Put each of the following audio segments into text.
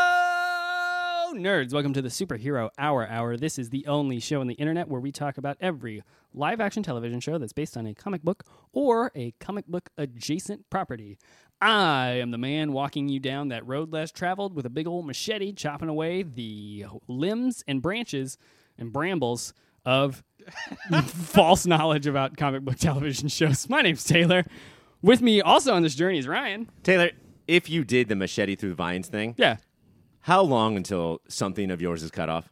Hello, nerds. Welcome to the Superhero Hour Hour. This is the only show on the internet where we talk about every live action television show that's based on a comic book or a comic book adjacent property. I am the man walking you down that road less traveled with a big old machete chopping away the limbs and branches and brambles of false knowledge about comic book television shows. My name's Taylor. With me also on this journey is Ryan. Taylor, if you did the machete through vines thing, Yeah. how long until something of yours is cut off?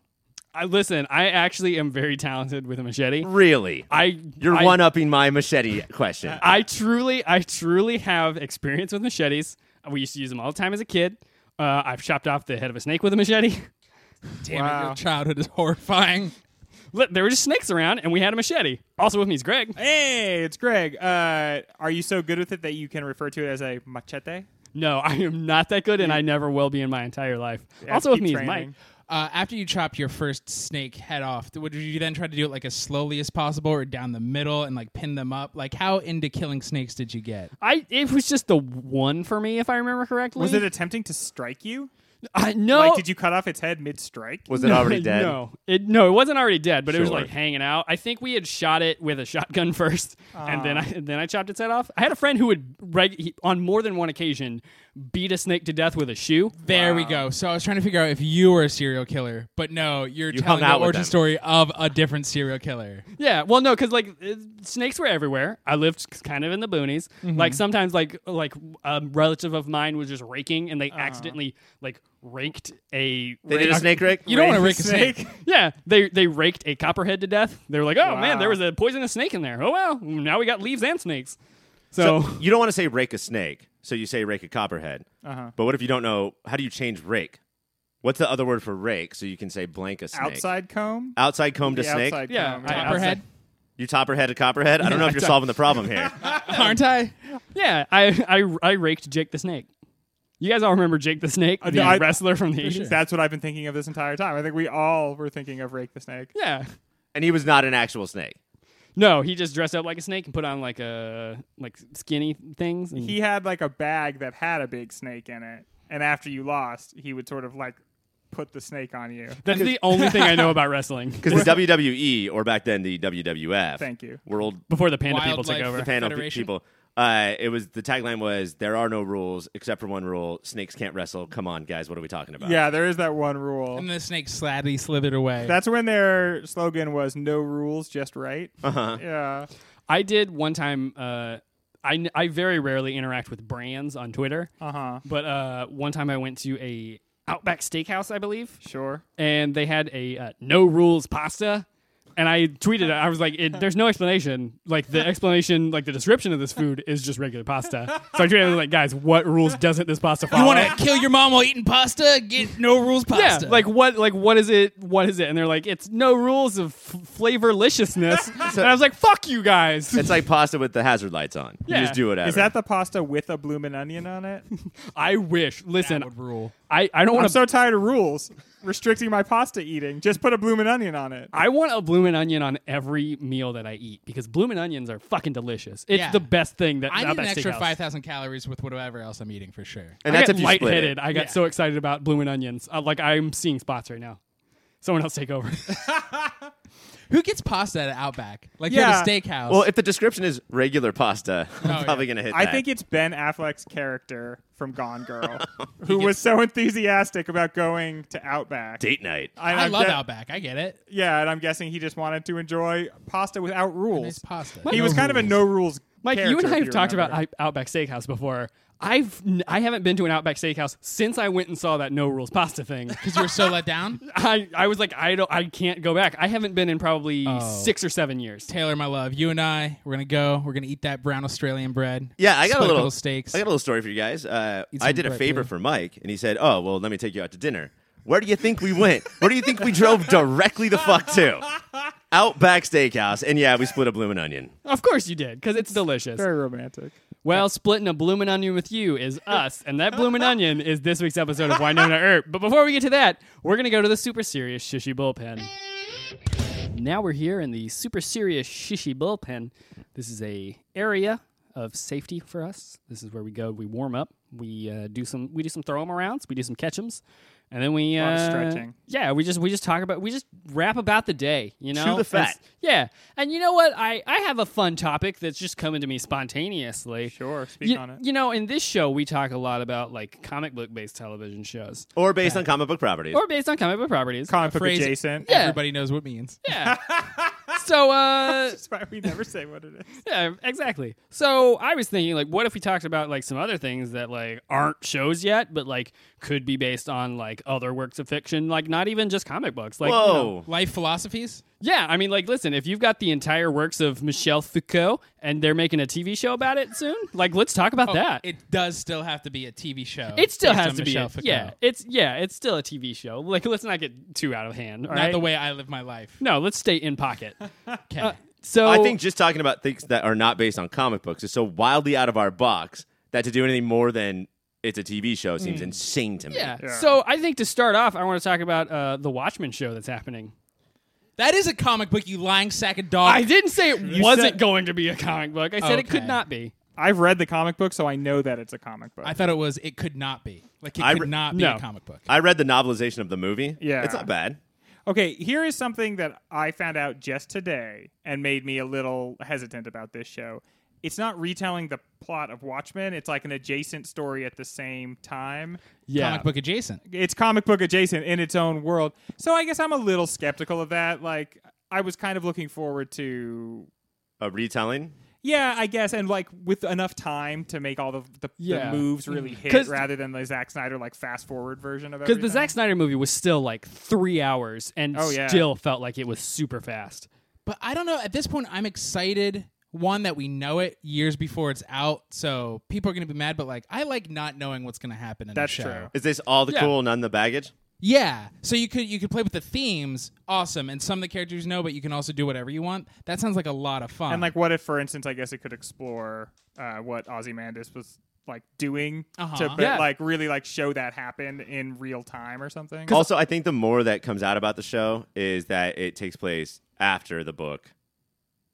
I listen, I actually am very talented with a machete. Really? I You're I, one upping my machete question. I truly I truly have experience with machetes. We used to use them all the time as a kid. Uh, I've chopped off the head of a snake with a machete. Damn it, your childhood is horrifying. Look, there were just snakes around and we had a machete. Also with me is Greg. Hey, it's Greg. Uh, are you so good with it that you can refer to it as a machete? No, I am not that good and I never will be in my entire life. also with keep me training. is Mike. Uh, after you chopped your first snake head off, th- would you then try to do it like as slowly as possible or down the middle and like pin them up? Like, how into killing snakes did you get? I it was just the one for me if I remember correctly. Was it attempting to strike you? I, no. Like, did you cut off its head mid strike? Was it already dead? No, it no, it wasn't already dead, but it was Sure. like hanging out. I think we had shot it with a shotgun first, and then I and then I chopped its head off. I had a friend who would reg- he, on more than one occasion beat a snake to death with a shoe. There we go. So I was trying to figure out if you were a serial killer, but no, you're You telling hung out with the origin them. story of a different serial killer. Yeah, well, no, because like uh, snakes were everywhere. I lived c- kind of in the boonies. Like sometimes, like like a relative of mine was just raking, and they accidentally like raked a. They did a raked- snake rake? You don't want to Raise rake the a snake. Yeah, they they raked a copperhead to death. They were like, oh man, Wow. there was a poisonous snake in there. Oh well, now we got leaves and snakes. So, so you don't want to say rake a snake, so you say rake a copperhead. Uh-huh. But what if you don't know? How do you change rake? What's the other word for rake? So you can say blank a snake. Outside comb? Outside comb to The snake? Um, outside Yeah, comb. I- yeah. Copperhead, You topperhead to copperhead? I don't know if you're solving the problem here. aren't I? Yeah, I, I I raked Jake the Snake. You guys all remember Jake the Snake, the no, I- wrestler from the 80s? That's what I've been thinking of this entire time. I think we all were thinking of Rake the Snake. Yeah. And he was not an actual snake. No, he just dressed up like a snake and put on like a like skinny things. and- He had like a bag that had a big snake in it. And after you lost, he would sort of like put the snake on you. that's the only thing I know about wrestling Because the WWE, E, or back then the WWF, Thank you. World before the panda people took Wildlife over. the panel pe- Federation? people. Uh, it was the tagline was there are no rules except for one rule: snakes can't wrestle. Come on, guys, what are we talking about? Yeah, there is that one rule. And the snake slyly slithered away. That's when their slogan was "No rules, just right." Uh-huh. Yeah, I did one time. Uh, I n- I very rarely interact with brands on Twitter, uh huh. but uh, one time I went to a Outback Steakhouse, I believe, Sure. and they had a uh, no rules pasta and i tweeted it. i was like it, there's no explanation like the explanation like the description of this food is just regular pasta so i tweeted I was like guys what rules doesn't this pasta follow you want to kill your mom while eating pasta? Get no rules yeah pasta. like what like what is it what is it and they're like it's no rules of f- flavorliciousness and i was like fuck you guys It's like pasta with the hazard lights on. Yeah. You just do whatever. Is that the pasta with a bloomin' onion on it? i wish listen that would rule. i i don't want I'm to so tired of rules restricting my pasta eating. Just put a bloomin' onion on it. I want a bloomin' onion on every meal that I eat because bloomin' onions are fucking delicious. It's Yeah. the best thing that I need Outback an extra Steakhouse. five thousand calories with whatever else I'm eating for sure. and I that's got if you split lightheaded. it. I got Yeah. so excited about bloomin' onions. Uh, like I'm seeing spots right now. Someone else take over. Who gets pasta at Outback? Like you're at a Yeah. steakhouse. Well, if the description is regular pasta, I'm yeah. probably gonna hit. Oh, I that. think it's Ben Affleck's character from Gone Girl, who was so enthusiastic about going to Outback. date night. I, I I'm love gue- Outback. I get it. Yeah, and I'm guessing he just wanted to enjoy pasta without It's rules. pasta. He was kind of a no rules. Mike, you and character, I if have talked remember. about I- Outback Steakhouse before. I've n- I haven't been to an Outback Steakhouse since I went and saw that no rules pasta thing. because you were so let down. I, I was like I don't I can't go back. I haven't been in probably Oh. six or seven years. Taylor, my love, you and I, we're gonna go. We're gonna eat that brown Australian bread. Yeah, I got Split a little steaks. I got a little story for you guys. Uh, Eat I some did a bright favor blue. for Mike, and he said, "Oh, well, let me take you out to dinner." Where do you think we went? Where do you think we drove directly the fuck to? Outback Steakhouse, and yeah, we split a bloomin' onion. Of course you did because it's delicious. Very romantic. Well, splitting a bloomin' onion with you is us, and that bloomin' onion is this week's episode of Winona Earp. But before we get to that, we're gonna go to the super serious shishy bullpen. Now we're here in the super serious shishy bullpen. This is a area of safety for us. This is where we go. We warm up. We uh, do some we do some throw 'em arounds. We do some catch 'ems, and then we lot of uh, stretching. Yeah, we just we just talk about we just rap about the day. You know, the fat. It's- yeah, and you know what? I I have a fun topic that's just coming to me spontaneously. Sure, speak you, on it. You know, in this show we talk a lot about like comic book based television shows Or based on comic book properties. or based on comic book properties. Comic book Phrase- adjacent. Yeah. Everybody knows what it means. yeah. so uh That's why we never say what it is. Yeah, exactly. So I was thinking, like, what if we talked about like some other things that like aren't shows yet, but like could be based on like other works of fiction, like not even just comic books. Like, you Whoa. know- Life philosophies. yeah, I mean, like, listen, if you've got the entire works of Michel Foucault and they're making a TV show about it soon, like, let's talk about Oh, that. it does still have to be a TV show. It still based has on to Michelle be, a- Foucault. yeah. It's yeah, it's still a TV show. Like, let's not get too out of hand. all Not right? the way I live my life. No, let's stay in pocket. Okay. Uh, So I think just talking about things that are not based on comic books is so wildly out of our box that to do anything more than it's a TV show seems insane to me. Hmm. yeah. Yeah. So I think to start off, I want to talk about uh, the Watchmen show that's happening that is a comic book, you lying sack of dog. I didn't say it wasn't said- going to be a comic book. I said it could Oh, Okay. not be. I've read the comic book, so I know that it's a comic book. I thought it was it could not be. Like it I could re- not be No. a comic book. I read the novelization of the movie. Yeah. It's not bad. okay, here is something that I found out just today and made me a little hesitant about this show. It's not retelling the plot of Watchmen. It's like an adjacent story at the same time. Yeah. Comic book adjacent. it's comic book adjacent in its own world. So I guess I'm a little skeptical of that. Like I was kind of looking forward to A retelling. yeah, I guess, and like with enough time to make all the the, Yeah. Mm-hmm. the moves really hit, 'Cause- rather than the Zack Snyder like fast forward version of it. Because the Zack Snyder movie was still like three hours and Oh, yeah. still felt like it was super fast. But I don't know. At this point, I'm excited. One that we know it years before it's out, so people are going to be mad. But like, I like not knowing what's going to happen in That's a show. true. Is this all the Yeah. cool, none the baggage? Yeah. So you could you could play with the themes, awesome, and some of the characters know, but you can also do whatever you want. That sounds like a lot of fun. And like, what if, for instance, I guess it could explore uh, what Ozymandias was like doing Uh-huh. to, but Yeah. like really like show that happen in real time or something. Also, I think the more that comes out about the show is that it takes place after the book.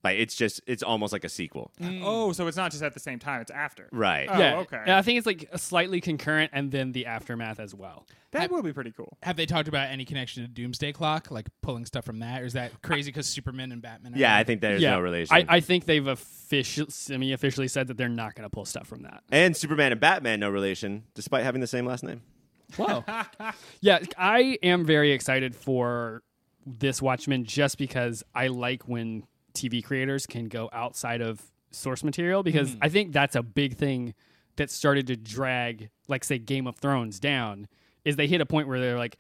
Like it's just it's almost like a sequel. Mm. Oh, so it's not just at the same time; it's after. Right. Oh, yeah. okay. And I think it's like slightly concurrent and then the aftermath as well. That would be pretty cool. have they talked about any connection to Doomsday Clock, like pulling stuff from that, or is that crazy because Superman and Batman? Are Yeah, I think there's yeah. no relation. I, I think they've official, semi officially said that they're not going to pull stuff from that. and Superman and Batman no relation, despite having the same last name. Whoa. yeah. I am very excited for this Watchmen just because I like when TV creators can go outside of source material because I think that's a big thing that started to drag, like, say, Game of Thrones down, is they hit a point where they're like,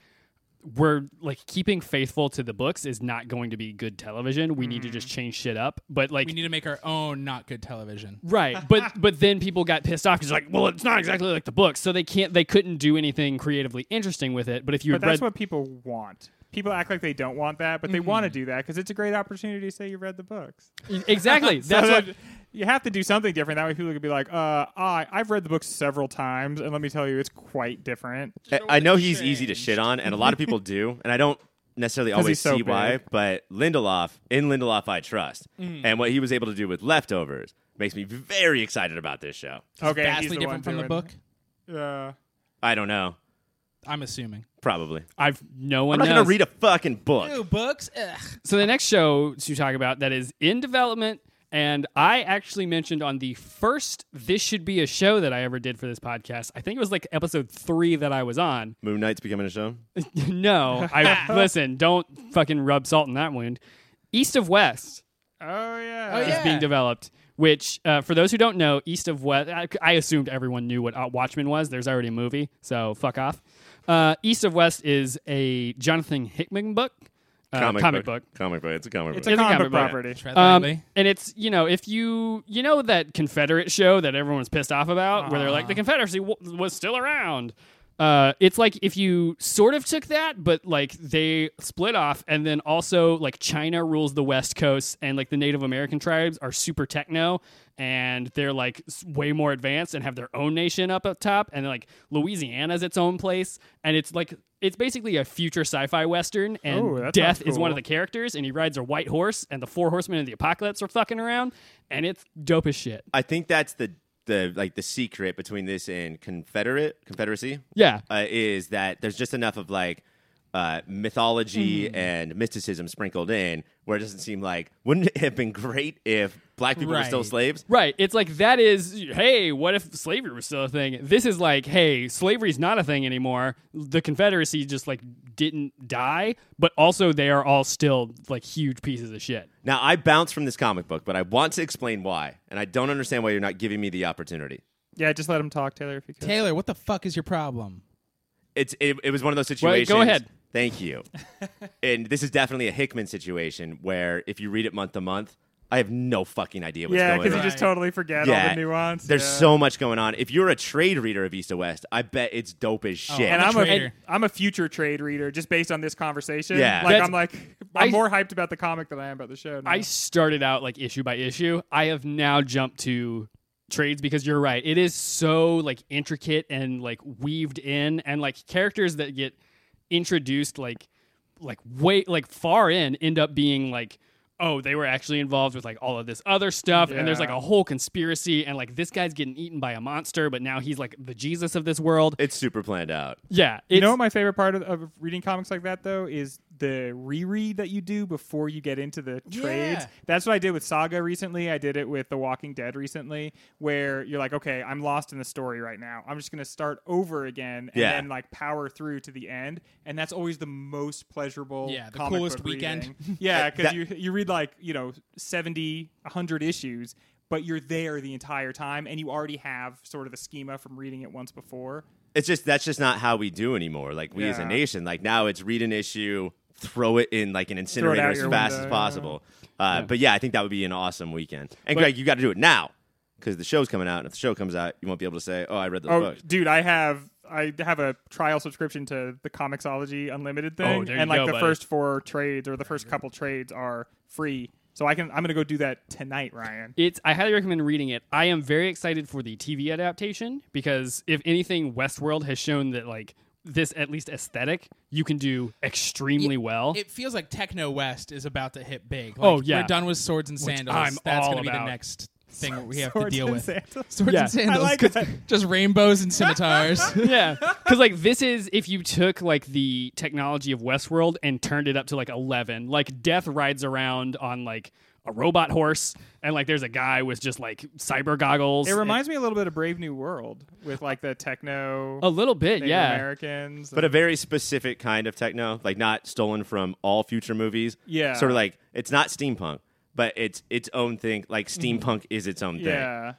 we're like keeping faithful to the books is not going to be good television. We need to just change shit up. But like We need to make our own not good television. Right, but but then people got pissed off because like, well, it's not exactly like the book, so they can't they couldn't do anything creatively interesting with it. But if you But had read, that's what people want. People act like they don't want that, but they want to do that because it's a great opportunity to say you read the books. exactly that's So what that- you have to do something different. That way, people could be like, "Uh, I I've read the books several times, and let me tell you, it's quite different." I, I know he's easy to shit on, and a lot of people do, and I don't necessarily always he's so see why. big. Mm. But Lindelof, in Lindelof, I trust, and what he was able to do with leftovers makes me very excited about this show. Okay, he's Vastly the different one from the doing- book. Yeah. I don't know, I'm assuming. probably. I've no one I'm not knows. gonna read a fucking book. Ew, books. Ugh. so the next show to talk about that is in development, and I actually mentioned on the first this should be a show that I ever did for this podcast. I think it was like episode three that I was on. Moon Knight's becoming a show. Uh, no, I listen. Don't fucking rub salt in that wound. East of West. Oh yeah. Oh, is yeah. being developed. Which, uh, for those who don't know, East of West, I, I assumed everyone knew what uh, Watchmen was. There's already a movie, so fuck off. Uh, East of West is a Jonathan Hickman book, uh, book. Comic book. It's a comic It's book. a It's a comic comic book. property. Tread Um, lightly. and it's you know if you you know that Confederate show that everyone was pissed off about where they're like the Confederacy w- was still around. Uh, it's like if you sort of took that, but like they split off, and then also like China rules the West Coast, and like the Native American tribes are super techno, and they're like s- way more advanced and have their own nation up up top, and like Louisiana's its own place, and it's like it's basically a future sci-fi western, and Oh, that death sounds is one of the cool. characters and he rides a white horse and the four horsemen of the apocalypse are fucking around and it's dope as shit. I think that's the the like the secret between this and Confederate Confederacy Yeah. uh, is that there's just enough of like uh, mythology Hmm. and mysticism sprinkled in where it doesn't seem like wouldn't it have been great if black people were still Right. slaves? Right. It's like that is hey, what if slavery was still a thing? This is like, hey, slavery's not a thing anymore. The Confederacy just like didn't die, but also they are all still like huge pieces of shit. Now I bounce from this comic book, but I want to explain why, and I don't understand why you're not giving me the opportunity. Yeah, just let him talk, Taylor, if you could. Taylor, what the fuck is your problem? It's it, it was one of those Wait, situations. go ahead. Thank you. and this is definitely a Hickman situation where if you read it month to month, I have no fucking idea what's yeah, going because on. you just Right. totally forget all the nuance. There's yeah. so much going on. If you're a trade reader of East to West, I bet it's dope as Oh, shit. and I'm a I'm a, trader. I'm a future trade reader just based on this conversation. Yeah. like That's- I'm like I'm I- more hyped about the comic than I am about the show. now. I started out like issue by issue. I have now jumped to trades because you're right. It is so like intricate and like weaved in and like characters that get introduced like like way like far in end up being like oh they were actually involved with like all of this other stuff and there's like Yeah. a whole conspiracy and like this guy's getting eaten by a monster but now he's like the Jesus of this world. It's super planned out. Yeah, it's, you know what my favorite part of, of reading comics like that though is the reread that you do before you get into the trades. Yeah. That's what I did with Saga recently. I did it with The Walking Dead recently, where you're like, okay, I'm lost in the story right now. I'm just gonna start over again and Yeah. then like power through to the end. And that's always the most pleasurable. Yeah, the comic coolest book weekend. reading. yeah, because That- you you read like you know 70, 100 issues. But you're there the entire time, and you already have sort of the schema from reading it once before. It's just that's just not how we do anymore. Like we as a Yeah. nation, like now it's read an issue, throw it in like an incinerator out as your fast as window, yeah. possible. Uh, But yeah, I think that would be an awesome weekend. And Greg, you got to do it now because the show's coming out, and if the show comes out, you won't be able to say, "Oh, I read the Oh, book." dude, I have I have a trial subscription to the Comixology Unlimited thing, Oh, there you and like go, the buddy. first four trades or the first couple trades are free. So I can I'm gonna go do that tonight, Ryan. It's I highly recommend reading it. I am very excited for the TV adaptation because if anything, Westworld has shown that like this at least aesthetic you can do extremely well. It feels like Techno West is about to hit big. Like, Oh, yeah. we're done with swords and sandals. I'm That's all gonna be about. the next thing we have to Swords deal and with. sandals. Swords Yeah. I and sandals, like 'cause that. just rainbows and scimitars. yeah, because like this is if you took like the technology of Westworld and turned it up to like eleven, like Death rides around on like a robot horse, and like there's a guy with just like cyber goggles. It reminds me a little bit of Brave New World with like the techno a little bit, Native yeah. Americans. but a very specific kind of techno, like not stolen from all future movies. Yeah. sort of like it's not steampunk, but it's its own thing. Like steampunk is its own thing. Mm-hmm. yeah.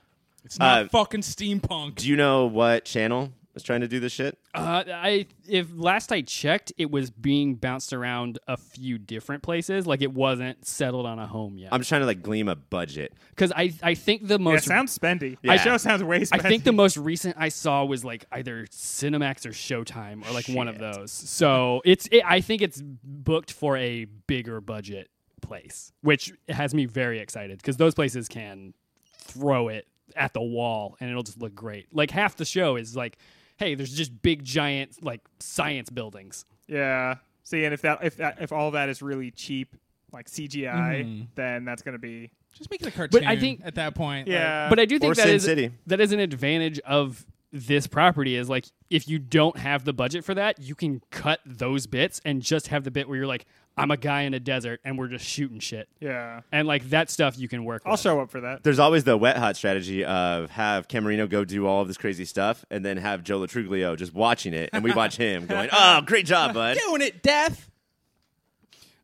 It's not Uh, fucking steampunk. Do you know what channel is trying to do this shit? Uh, I if last I checked, it was being bounced around a few different places. Like it wasn't settled on a home yet. I'm just trying to like gleam a budget. Because I I think the Yeah, most sounds spendy. Yeah. The show sounds way I spendy. think the most recent I saw was like either Cinemax or Showtime or like one of those. So it's it, I think it's booked for a bigger budget place, which has me very excited because those places can throw it at the wall and it'll just look great. Like half the show is like, hey, there's just big giant like science buildings. Yeah. See, and if that if that if all that is really cheap, like CGI, Mm-hmm. then that's gonna be just make it a cartoon. I think- at that point, like, yeah. but I do or think that Sin is City. that is an advantage of this property is like if you don't have the budget for that, you can cut those bits and just have the bit where you're like, I'm a guy in a desert and we're just shooting shit. yeah. And like that stuff you can work I'll with. show up for that. There's always the wet hot strategy of have Camerino go do all of this crazy stuff and then have Joe Latruglio just watching it and we watch him going, Oh, great job, bud. doing it, death.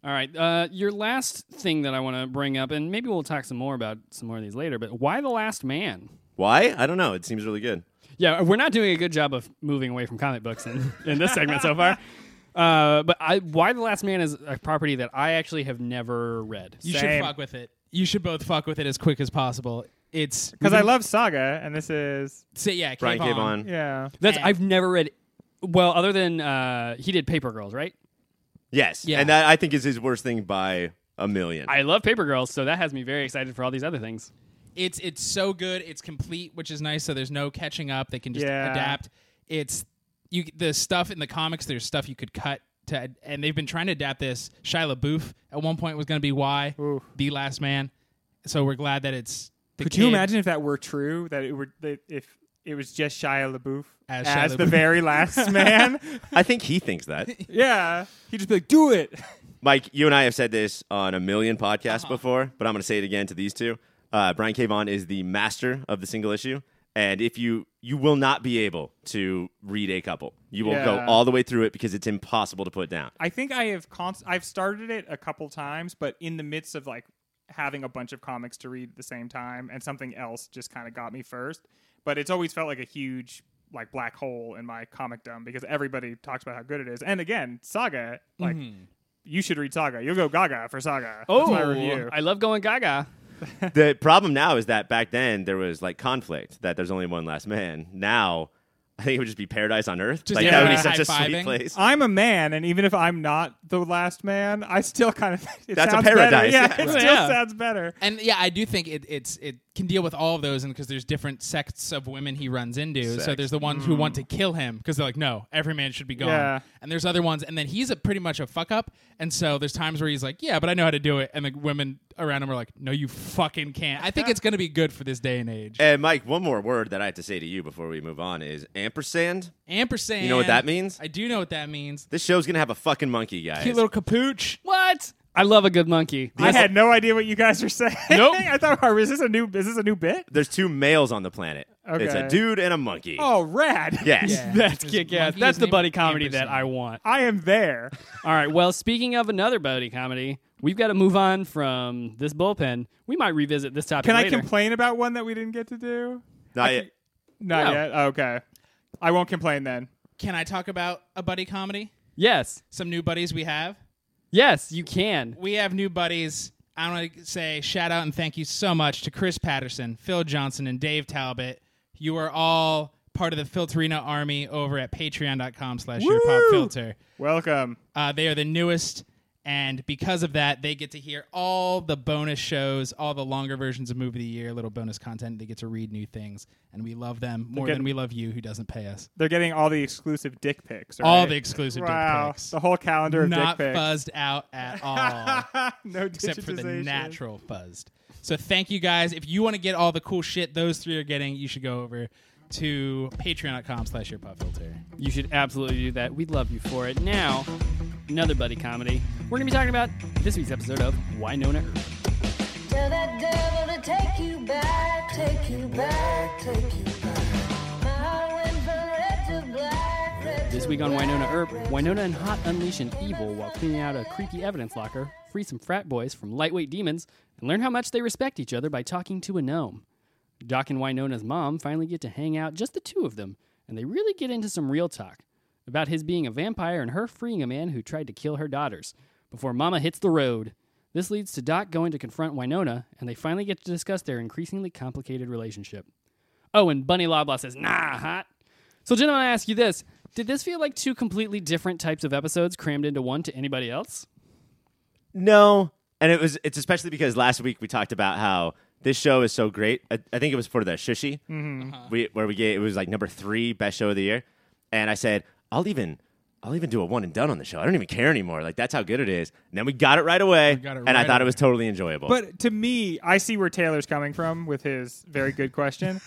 All right. Uh, your last thing that I want to bring up, and maybe we'll talk some more about some more of these later, but why The Last Man? Why? I don't know. It seems really good. Yeah, we're not doing a good job of moving away from comic books in, in this segment so far. Uh, but I, Why the Last Man is a property that I actually have never read. You Same. should fuck with it. You should both fuck with it as quick as possible. It's Because I love Saga, and this is say, yeah, Brian cave on. Cavon. yeah. That's And- I've never read. Well, other than uh, he did Paper Girls, right? Yes. Yeah. And that I think is his worst thing by a million. I love Paper Girls, so that has me very excited for all these other things. It's it's so good. It's complete, which is nice. So there's no catching up. They can just Yeah. adapt. It's you the stuff in the comics. There's stuff you could cut to, and they've been trying to adapt this. Shia LaBeouf at one point was going to be why the last man. So we're glad that it's the Could kid you imagine if that were true? That it were that if it was just Shia LaBeouf As as, Shia the LaBeouf. very last man? I think he thinks that. yeah, he'd just be like, "Do it." Mike, you and I have said this on a million podcasts before, but I'm going to say it again to these two. Uh, Brian K. Vaughan is the master of the single issue, and if you you will not be able to read a couple, you will go Yeah. all the way through it because it's impossible to put down. I think I have const- I've started it a couple times, but in the midst of like having a bunch of comics to read at the same time, and something else just kind of got me first. But it's always felt like a huge like black hole in my comic dumb because everybody talks about how good it is. And again, Saga, like you should read Saga. You'll go Gaga for Saga. That's Oh, my review. I love going gaga. the problem now is that back then there was like conflict that there's only one last man. Now I think it would just be paradise on earth. Just like that would be yeah. such a sweet high-fiving. place. I'm a man, and even if I'm not the last man, I still kind of it That's a sounds Better. paradise, Yeah, yeah. it Right. still Yeah. sounds better. And yeah, I do think it it's it can deal with all of those, and because there's different sects of women he runs into. So Sects. Mm. there's the ones who want to kill him because they're like, no, every man should be gone. Yeah. And there's other ones, and then he's a pretty much a fuck up. And so there's times where he's like, yeah, but I know how to do it, and the women around him are like, no, you fucking can't. I think it's gonna be good for this day and age. And Mike, one more word that I have to say to you before we move on is ampersand. Ampersand. You know what that means? I do know what that means. This show's gonna have a fucking monkey, guys. Cute little capooch. What? I love a good monkey. I had no idea what you guys were saying. Nope. I thought, oh, is this a new is this a new bit? There's two males on the planet. It's a Okay. dude and a monkey. Oh, rad! Yes. That's His kick ass. monkey That's is the named buddy comedy that Ampersand. I want. I am there. All right. Well, speaking of another buddy comedy, we've got to move on from this bullpen. We might revisit this topic. Can I later. complain about one that we didn't get to do? Not yet. Not No. yet. Okay, I won't complain then. Can I talk about a buddy comedy? yes. Some new buddies we have. Yes, you can. we have new buddies. I want to say shout out and thank you so much to Chris Patterson, Phil Johnson, and Dave Talbot. You are all part of the Filterina army over at patreon.com slash your pop filter. Welcome. Uh, they are the newest, and because of that, they get to hear all the bonus shows, all the longer versions of Movie of the Year, little bonus content. They get to read new things, and we love them more They're than getting- we love you, who doesn't pay us. They're getting all the exclusive dick pics. All right? the exclusive wow, dick pics. the whole calendar of Not dick pics. fuzzed out at all. no except for the digitization. natural buzzed. So thank you guys. If you want to get all the cool shit those three are getting, you should go over to patreon.com slash your pop filter. You should absolutely do that. We'd love you for it. Now, another buddy comedy. We're going to be talking about this week's episode of Winona Earp. Tell that devil to take you back, take you back, take you back. My heart went from red to black, red This to week on black, Winona Earp, red Winona and Hot unleash an evil while cleaning out a creaky evidence locker, free some frat boys from lightweight demons, and learn how much they respect each other by talking to a gnome. Doc and Winona's mom finally get to hang out, just the two of them, and they really get into some real talk about his being a vampire and her freeing a man who tried to kill her daughters before Mama hits the road. This leads to Doc going to confront Winona, and they finally get to discuss their increasingly complicated relationship. Oh, and Bunny Loblaw says, nah, hot. So, gentlemen, I ask you this. Did this feel like two completely different types of episodes crammed into one to anybody else? No. And it was it's especially because last week we talked about how this show is so great. I, I think it was for the Shushi. Mm-hmm. We where we gave it was like number three best show of the year. And I said, I'll even I'll even do a one and done on the show. I don't even care anymore. Like that's how good it is. And then we got it right away. got it and right I thought it away. was totally enjoyable. But to me, I see where Taylor's coming from with his very good question.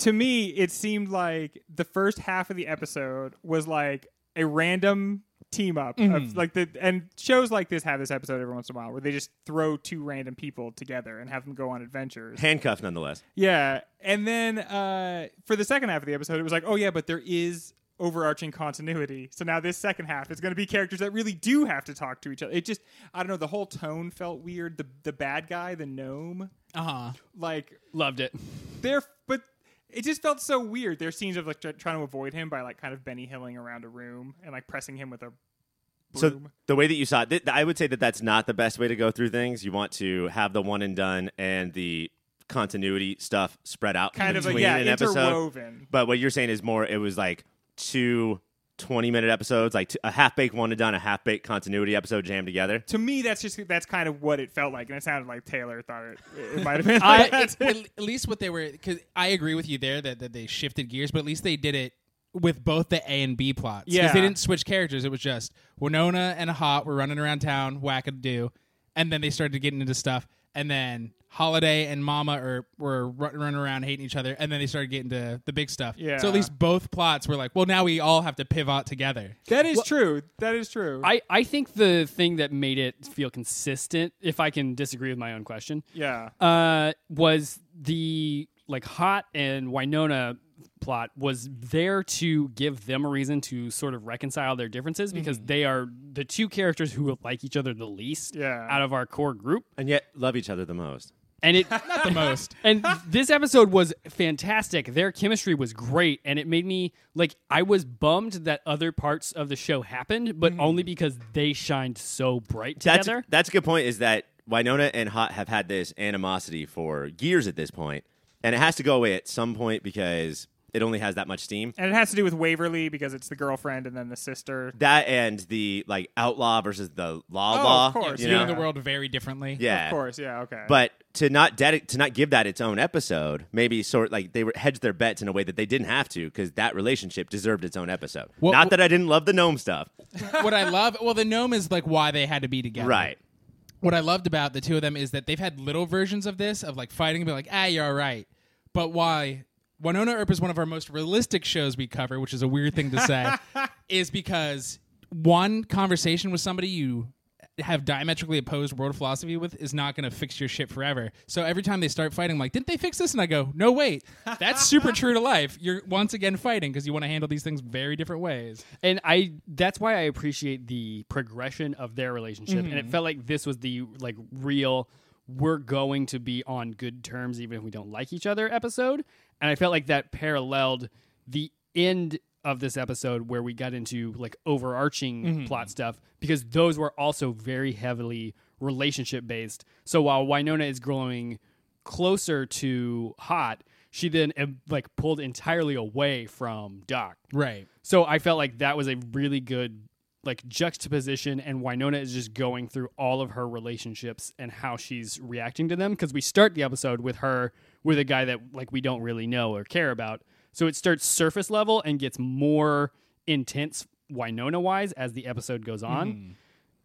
to me, it seemed like the first half of the episode was like a random team up of like the and shows like this have this episode every once in a while where they just throw two random people together and have them go on adventures. handcuffed nonetheless. Yeah. And then uh, for the second half of the episode, it was like, oh, yeah, but there is overarching continuity. So now this second half is going to be characters that really do have to talk to each other. It just, I don't know, the whole tone felt weird. The, the bad guy, the gnome, Uh-huh. like, Loved it. they're, but it just felt so weird. There's scenes of like tr- trying to avoid him by like kind of Benny Hilling around a room and like pressing him with a. So broom. the way that you saw it, th- I would say that that's not the best way to go through things. You want to have the one and done and the continuity stuff spread out kind of between a, yeah, an episode. interwoven. But what you're saying is more. It was like two 20 minute episodes, like t- a half baked one and done, a half baked continuity episode jammed together. To me, that's just that's kind of what it felt like, and it sounded like Taylor thought it, it might have been. I, like that. it- at at least what they were, because I agree with you there that, that they shifted gears, but at least they did it with both the A and B plots. 'Cause Yeah. they didn't switch characters. It was just Winona and Hot were running around town, whack a do, and then they started getting into stuff, and then Holiday and Mama are were ru- running around hating each other, and then they started getting to the big stuff. Yeah. So at least both plots were like, well, now we all have to pivot together. That is true. That is true. I, I think the thing that made it feel consistent, if I can disagree with my own question, yeah. uh, was the like Hot and Winona plot was there to give them a reason to sort of reconcile their differences because they are the two characters who like each other the least Yeah. out of our core group, and yet love each other the most. and it The most. and this episode was fantastic. Their chemistry was great, and it made me like I was bummed that other parts of the show happened, but only because they shined so bright That's together. that's a good point. Is that Winona and Hot have had this animosity for years at this point, and it has to go away at some point because it only has that much steam. and it has to do with Waverly because it's the girlfriend and then the sister. That and the like outlaw versus the law Oh, of law. course, you Viewing know? yeah. the world very differently. Yeah, Of course, yeah, okay. But to not dedic to not give that its own episode, maybe sort like they were hedged their bets in a way that they didn't have to because that relationship deserved its own episode. Well, not well- that I didn't love the gnome stuff, what I love, well, the gnome is like why they had to be together. right? what I loved about the two of them is that they've had little versions of this of like fighting and be like, ah, you're all right. But why Winona Earp is one of our most realistic shows we cover, which is a weird thing to say, is because one conversation with somebody you have diametrically opposed world philosophy with is not going to fix your shit forever. So every time they start fighting, I'm like, didn't they fix this? And I go, no, wait, that's super true to life. You're once again fighting because you want to handle these things very different ways. and I that's why I appreciate the progression of their relationship, and it felt like this was the like real we're going to be on good terms even if we don't like each other episode, and I felt like that paralleled the end of this episode where we got into like overarching plot stuff because those were also very heavily relationship based. So while Winona is growing closer to Hot, she then eh, like pulled entirely away from Doc. Right. So I felt like that was a really good like juxtaposition and Winona is just going through all of her relationships and how she's reacting to them because we start the episode with her with a guy that like we don't really know or care about. So it starts surface level and gets more intense Winona wise as the episode goes on. Hmm.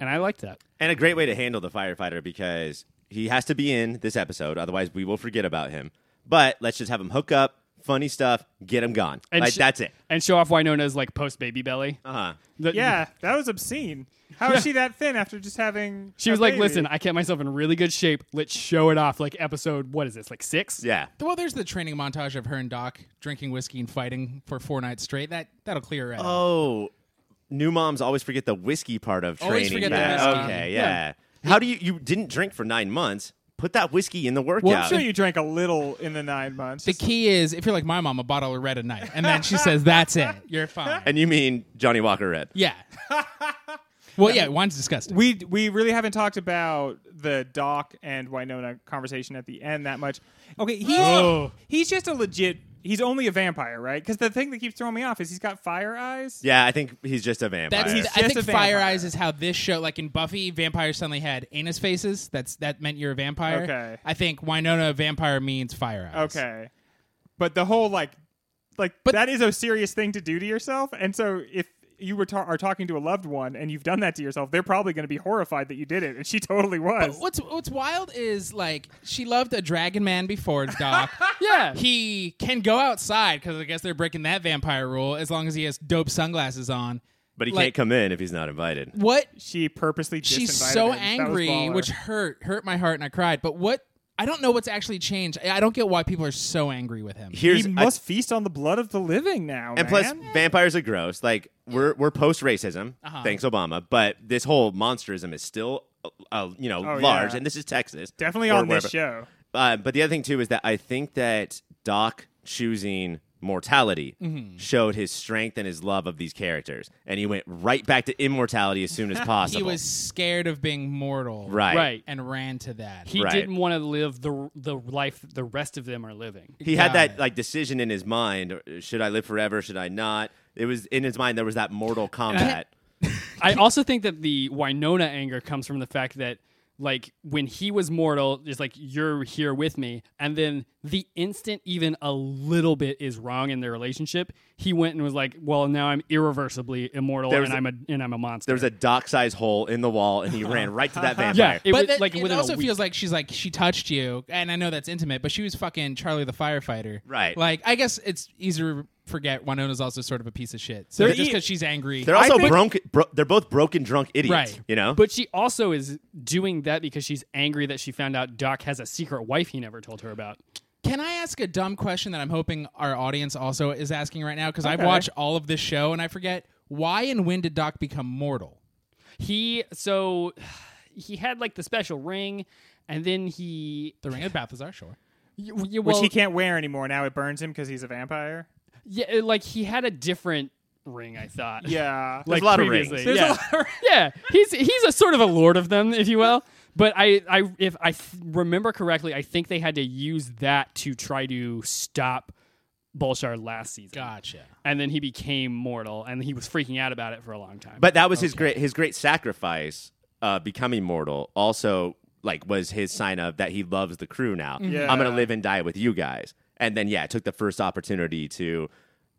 And I like that. And a great way to handle the firefighter because he has to be in this episode, otherwise we will forget about him. But let's just have him hook up, funny stuff, get him gone. And like sh- that's it. And show off Winona's like post baby belly. Uh huh. The- yeah, that was obscene. How is she that thin after just having? She a was like, baby? listen, I kept myself in really good shape. Let's show it off. Like episode, what is this? Like six? Yeah. Well, there's the training montage of her and Doc drinking whiskey and fighting for four nights straight. That that'll clear her out. Oh, new moms always forget the whiskey part of training. Always forget the back. whiskey. Okay, yeah. How do you you didn't drink for nine months? Put that whiskey in the workout. I'm sure you drank a little in the nine months. the key is if you're like my mom, a bottle of red a night, and then she says, "That's it, you're fine." and you mean Johnny Walker Red? yeah. well, yeah, wine's disgusting. we we really haven't talked about the Doc and Winona conversation at the end that much. Okay, he's Oh. he's just a legit. He's only a vampire, right? Because the thing that keeps throwing me off is he's got fire eyes. Yeah, I think he's just a vampire. that's, He's I just think a Fire vampire. Eyes is how this show, like in Buffy, vampires suddenly had anus faces. That's that meant you're a vampire. Okay. I think Winona vampire means Fire Eyes. Okay, but the whole like, like But- that is a serious thing to do to yourself. And so if you were ta- are talking to a loved one and you've done that to yourself, they're probably going to be horrified that you did it, and she totally was. What's What's wild is like she loved a dragon man before Doc. Yeah. he can go outside because I guess they're breaking that vampire rule as long as he has dope sunglasses on. but he like- can't come in if he's not invited. What? she purposely She's disinvited so him. That was angry, baller. which hurt hurt my heart, and I cried. But what? I don't know what's actually changed. I I don't get why people are so angry with him. Here's he I- must feast on the blood of the living now. And plus, man. vampires are gross. Like we're we're post racism, Uh-huh. thanks Obama. But this whole monsterism is still, uh, uh, you know, Oh, large. yeah. And this is Texas, definitely or on this wherever. show. Uh, but the other thing too is that I think that Doc choosing mortality Mm-hmm. showed his strength and his love of these characters, and he went right back to immortality as soon as possible. he was scared of being mortal, right. Right. And ran to that. He Right. didn't want to live the the life the rest of them are living. He had Got that it. like decision in his mind: uh, should I live forever? Should I not? It was in his mind. There was that mortal combat. I also think that the Winona anger comes from the fact that like when he was mortal, it's like you're here with me, and then the instant even a little bit is wrong in their relationship, he went and was like, "Well, now I'm irreversibly immortal, There was and I'm a and I'm a monster." There was a dock size hole in the wall, and he ran right to that yeah, vampire. it but was that- like it within also a week. feels like she's like she touched you, and I know that's intimate, but she was fucking Charlie the firefighter, Right. Like I guess it's easier to forget Winona's also sort of a piece of shit. So They're just e- because she's angry, They're also I think- broken. Bro- they're both broken, drunk idiots. Right. You know. But she also is doing that because she's angry that she found out Doc has a secret wife he never told her about. Can I ask a dumb question that I'm hoping our audience also is asking right now? Because I've Okay. watched all of this show and I forget why and when did Doc become mortal? He so he had like the special ring, and then he The Ring of Balthazar, sure. y- y- well, which he can't wear anymore. Now it burns him because he's a vampire. yeah, uh, like he had a different ring. I thought Yeah, like a lot of previously. rings. yeah. yeah, he's he's a sort of a lord of them, if you will. But I, I if I th- remember correctly, I think they had to use that to try to stop Bolshar last season. Gotcha. and then he became mortal and he was freaking out about it for a long time But that was his great his great sacrifice, uh, becoming mortal. Also, like was his sign of that he loves the crew now. Mm-hmm. Yeah. I'm gonna live and die with you guys. And then yeah, took the first opportunity to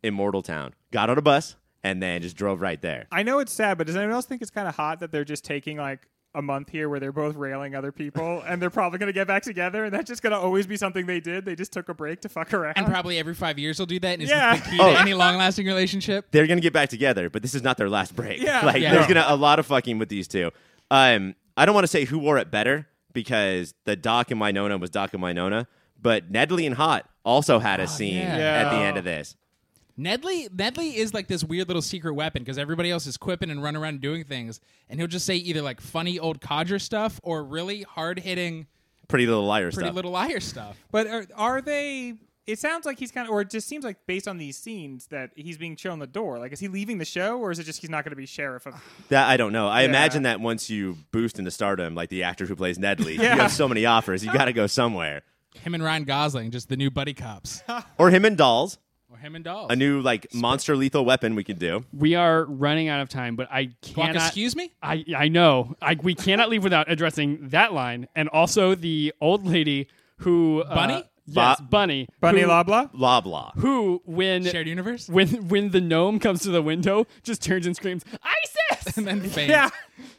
Immortal Town. Got on a bus and then just drove right there. I know it's sad, but does anyone else think it's kind of hot that they're just taking like a month here where they're both railing other people and they're probably going to get back together and that's just going to always be something they did? They just took a break to fuck around. And probably every five years he'll do that. And is Yeah. the key to any long lasting relationship? They're gonna get back together, but this is not their last break. Yeah. like Yeah. there's gonna a lot of fucking with these two. Um, I don't want to say who wore it better because the Doc and Winona was Doc and Winona, but Nedley and Hot also had a scene Oh, yeah. at the Yeah. end of this. Nedley Nedley is like this weird little secret weapon because everybody else is quipping and running around and doing things, and he'll just say either like funny old codger stuff or really hard hitting, Pretty Little Liars. pretty stuff. little liar stuff. But are, are they? It sounds like he's kind of, or it just seems like based on these scenes that he's being shown the door. Like, is he leaving the show, or is it just he's not going to be sheriff of? That I don't know. I Yeah. imagine that once you boost into stardom, like the actor who plays Nedley, Yeah. you have so many offers. You got to go somewhere. Him and Ryan Gosling, just the new buddy cops, Or him and Dolls, or him and Dolls. a new like monster lethal weapon we can do. we are running out of time but i Guac, cannot excuse me. I, I know I, we cannot leave without addressing that line and also the old lady who uh, Bunny? yes Ba- bunny Bunny who, Labla. Loblaw. who when Shared universe. when when the gnome comes to the window just turns and screams isis and then faint. Yeah.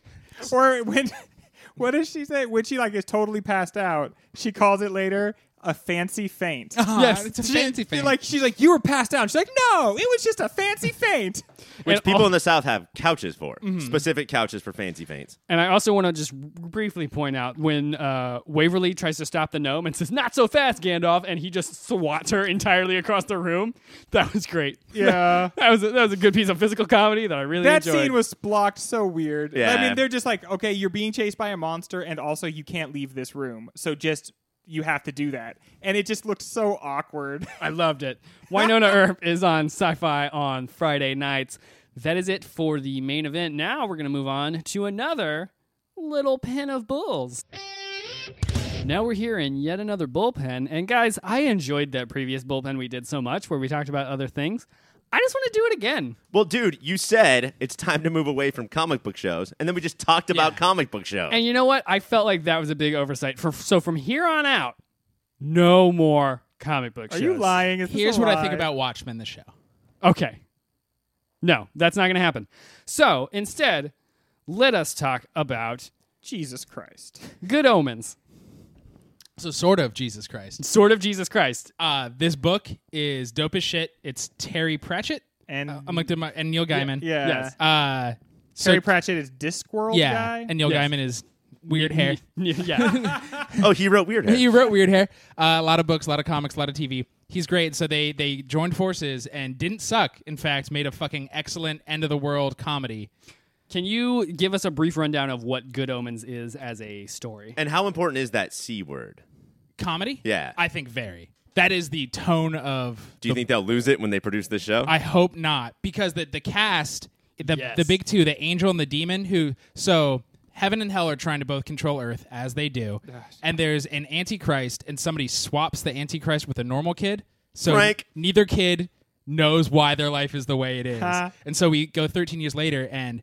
or when, what does she say? When she like is totally passed out, she calls it later a fancy faint. Yes. it's a She- fancy thing. Like she's like, you were passed out. She's like, no, it was just a fancy faint. Which And people al- in the South have couches for, specific couches for fancy faints. and I also want to just briefly point out when uh, Waverly tries to stop the gnome and says not so fast Gandalf and he just swats her entirely across the room that was great Yeah. That was a, that was a good piece of physical comedy that I really That enjoyed. scene was blocked so weird. I Yeah. mean, they're just like, okay, you're being chased by a monster, and also you can't leave this room. So just, you have to do that. And it just looked so awkward. I loved it. Winona Earp is on Sci-Fi on Friday nights. That is it for the main event. Now we're going to move on to another little pen of bulls. Now we're here in yet another bullpen. And guys, I enjoyed that previous bullpen we did so much where we talked about other things. I just want to do it again. Well, dude, you said it's time to move away from comic book shows, and then we just talked about Yeah. comic book shows. And you know what? I felt like that was a big oversight. For, so from here on out, no more comic book Are shows. you lying? Is this here's a what I lie? think about Watchmen, the show. Okay. No, that's not going to happen. So instead, let us talk about Jesus Christ. Good Omens, So sort of Jesus Christ. Sword of Jesus Christ. Uh, this book is dope as shit. It's Terry Pratchett And Uh, I'm looked at my, and Neil Gaiman. yeah, Yes. Uh, so Terry Pratchett is Discworld yeah, guy. and Neil Yes. Gaiman is weird hair. yeah. oh, he wrote Weird Hair. He wrote Weird Hair. Uh, a lot of books, a lot of comics, a lot of TV. He's great. So they they joined forces and didn't suck. In fact, made a fucking excellent end of the world comedy. Can you give us a brief rundown of what Good Omens is as a story? and how important is that C word? Comedy? Yeah. I think very. That is the tone of Do you think they'll lose it when they produce this show? I hope not because the the cast, the Yes. the big two, the angel and the demon, who so heaven and hell are trying to both control Earth as they do, and there's an antichrist, and somebody swaps the antichrist with a normal kid, so Frank. neither kid knows why their life is the way it is, Ha. and so we go 13 years later, and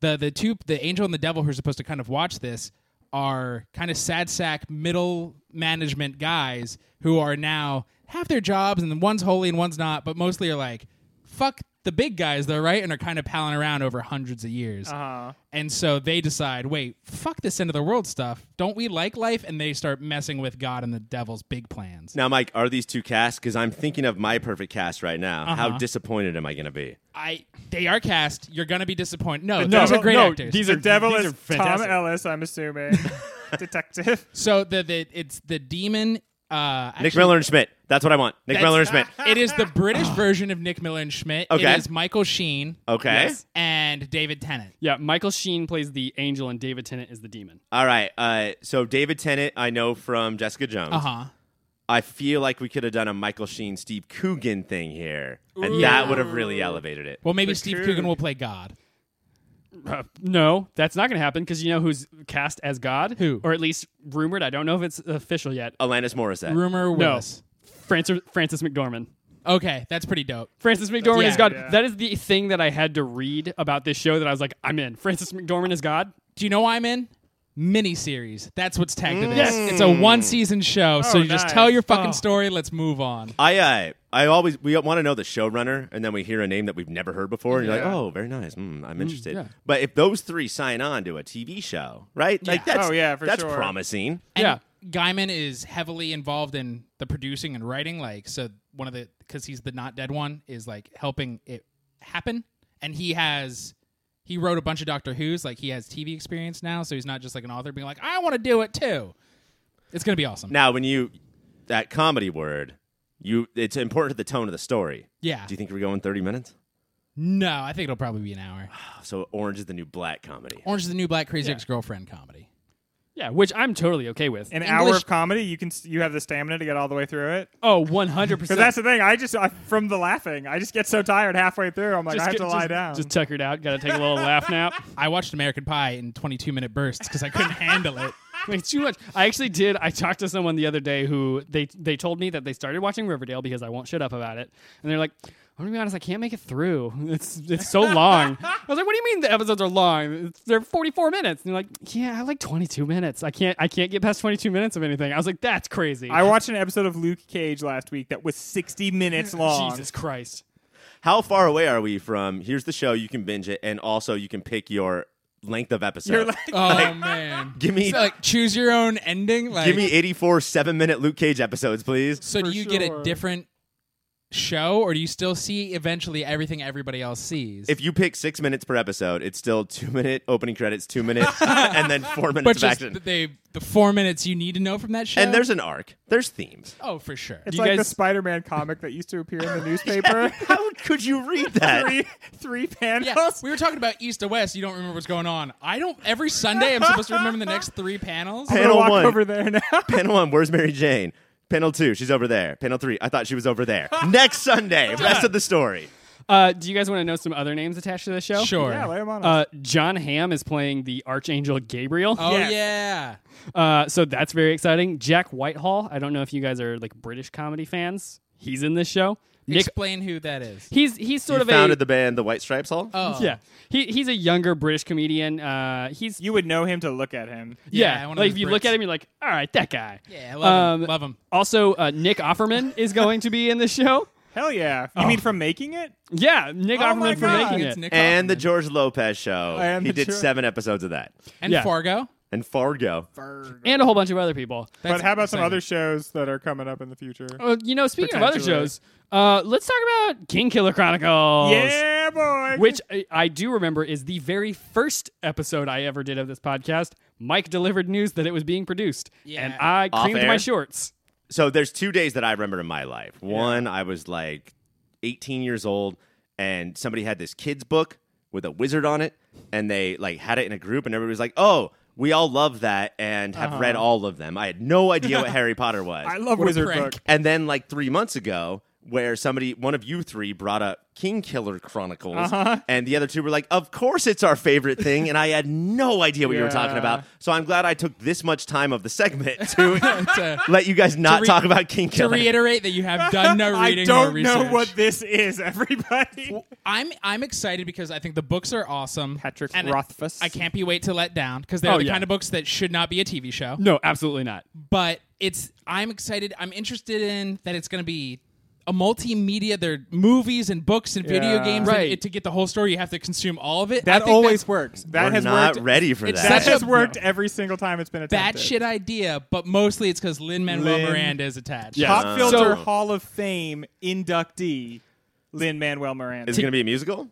the the two, the angel and the devil, who are supposed to kind of watch this, are kind of sad sack middle management guys who are now have their jobs and one's holy and one's not, but mostly are like, fuck the big guys though, right? And are kind of palling around over hundreds of years. Uh-huh. And so they decide, wait, fuck this end of the world stuff. Don't we like life? And they start messing with God and the devil's big plans. Now, Mike, are these two casts? Because I'm thinking of my perfect cast right now. How disappointed am I going to be? I they are cast. You're gonna be disappointed. No, No, those are great no, actors. These The are devil these is are Tom fantastic. Ellis, I'm assuming. Detective. so the, the it's the demon. Uh, Nick Miller and Schmidt. That's what I want. Nick That's- Miller and Schmidt. It is the British version of Nick Miller and Schmidt. Okay. It is Michael Sheen. Okay. And David Tennant. Yeah, Michael Sheen plays the angel and David Tennant is the demon. All right. Uh, so David Tennant, I know from Jessica Jones. Uh huh. I feel like we could have done a Michael Sheen, Steve Coogan thing here, and Ooh. that would have really elevated it. Well, maybe The Steve Coog. Coogan will play God. Uh, no, that's not going to happen because you know who's cast as God? Who? Or at least rumored. I don't know if it's official yet. Alanis Morissette. Rumor Willis. Francis, Francis McDormand. Okay, that's pretty dope. Francis McDormand Yeah. is God. Yeah. That is the thing that I had to read about this show that I was like, I'm in. Francis McDormand is God. Do you know why I'm in? Miniseries. That's what's tagged to this. It's a one season show, so Hmm. Oh, you just nice. tell your fucking Oh. story. Let's move on. I uh, I always we want to know the showrunner, and then we hear a name that we've never heard before, and you're like, Yeah. oh, very nice. Mm, I'm interested. yeah. But if those three sign on to a TV show, right? Like Yeah. that's Oh, yeah, for that's sure. promising. And Guyman is heavily involved in the producing and writing. Like, so one of the because he's the not dead one is like helping it happen, and he has he wrote a bunch of Doctor Who's. Like, he has TV experience now, so he's not just like an author being like, I want to do it too. It's gonna be awesome. Now, when you that comedy word, you it's important to the tone of the story. yeah. Do you think we're going 30 minutes? no, I think it'll probably be an hour. So Orange is the New Black comedy. Orange is the New Black Crazy Ex Girlfriend comedy. Yeah, which I'm totally okay with. An hour English- of comedy. You can s- you have the stamina to get all the way through it. oh, 100%. Because that's the thing. I just I, from the laughing, I just get so tired halfway through. I'm like, I have get- to lie down. Just tuckered out. Got to take a little laugh nap. I watched American Pie in 22 minute bursts because I couldn't handle it. Wait, too much. I actually did. I talked to someone the other day who they they told me that they started watching Riverdale because I won't shut up about it, and they're like. I'm gonna be honest. I can't make it through. It's it's so long. I was like, "What do you mean the episodes are long? It's, they're 44 minutes." And they're like, "Yeah, I like 22 minutes. I can't I can't get past 22 minutes of anything." I was like, "That's crazy." I watched an episode of Luke Cage last week that was 60 minutes long. Jesus Christ. How far away are we from here's the show, you can binge it, and also you can pick your length of episode. You're like, Oh man! Give me- So, like choose your own ending. Like Give me 84 seven minute Luke Cage episodes, please. So For do you get a sure. different show, or do you still see eventually everything everybody else sees? If you pick six minutes per episode, it's still two minute opening credits, two minutes, and then four minutes but of just action. th- they the four minutes you need to know from that show. and there's an arc. There's themes. oh for sure. it's you like the guys- Spider-Man comic that used to appear in the newspaper. How could you read that? three, three Yeah, panels. we were talking about east to west. You don't remember what's going on. I don't. Every Sunday, I'm supposed to remember the next three panels. I'm gonna Panel walk one. over there now. Panel one, where's Mary Jane? Panel two, she's over there. Panel three, I thought she was over there. Next Sunday, rest of the story. Uh, do you guys want to know some other names attached to the show? Sure. yeah, lay 'em on. us. Uh, John Hamm is playing the archangel Gabriel. oh Yes. yeah. Uh, so that's very exciting. Jack Whitehall. I don't know if you guys are like British comedy fans. He's in this show. Nick. Explain who that is. He's he's sort you of a founded the band The White Stripes Hall? Oh yeah. He he's a younger British comedian. Uh, he's you would know him to look at him. yeah. yeah, one of like those if you Brits. look at him, you're like, all right, that guy. yeah. I Love Um, him. Love him. Also, uh, Nick Offerman is going to be in this show. Hell yeah! You Oh. mean from making it? Yeah, Nick Oh my Offerman for God. making It's it. Nick and the Offerman. George Lopez show. And he the did Geor- seven episodes of that. and Yeah. Fargo. And Fargo. and a whole bunch of other people. That's but how about some exciting. other shows that are coming up in the future? Uh, you know, speaking of other Potentially. shows, uh, let's talk about King Killer Chronicles. yeah, boy. oh, which I, I do remember is the very first episode I ever did of this podcast. Mike delivered news that it was being produced, Yeah. and I Off creamed air? my shorts. So there's two days that I remember in my life. One, I was like 18 years old, and somebody had this kid's book with a wizard on it, and they like had it in a group, and everybody was like, oh, we all love that and have read all of them. I had no idea what Harry Potter was. Uh-huh. I love What a Wizard prank. Book. And then like three months ago, where somebody, one of you three, brought up King Killer Chronicles, Uh-huh. and the other two were like, "Of course, it's our favorite thing," and I had no idea what you were talking Yeah. about. So I'm glad I took this much time of the segment to to, let you guys not re- talk about King to Killer. reiterate that you have done no I reading or don't research. know what this is, everybody. I'm I'm excited because I think the books are awesome. Patrick And I- Rothfuss. I, can't be wait to let down because they're Oh, the yeah. kind of books that should not be a TV show. No, absolutely not. But it's I'm excited. I'm interested in that it's going to be a multimedia. There are movies and books and video Yeah. games. and Right. it- to get the whole story, you have to consume all of it. I That think always that's works. That We're has not worked. ready for It's that. that such has a- worked every single time it's been attempted. bad shit idea, but mostly it's because Lin Manuel Lin- Miranda is attached. Yeah. Pop So- filter Hall of Fame inductee, Lin Manuel Miranda. Is it going to be a musical?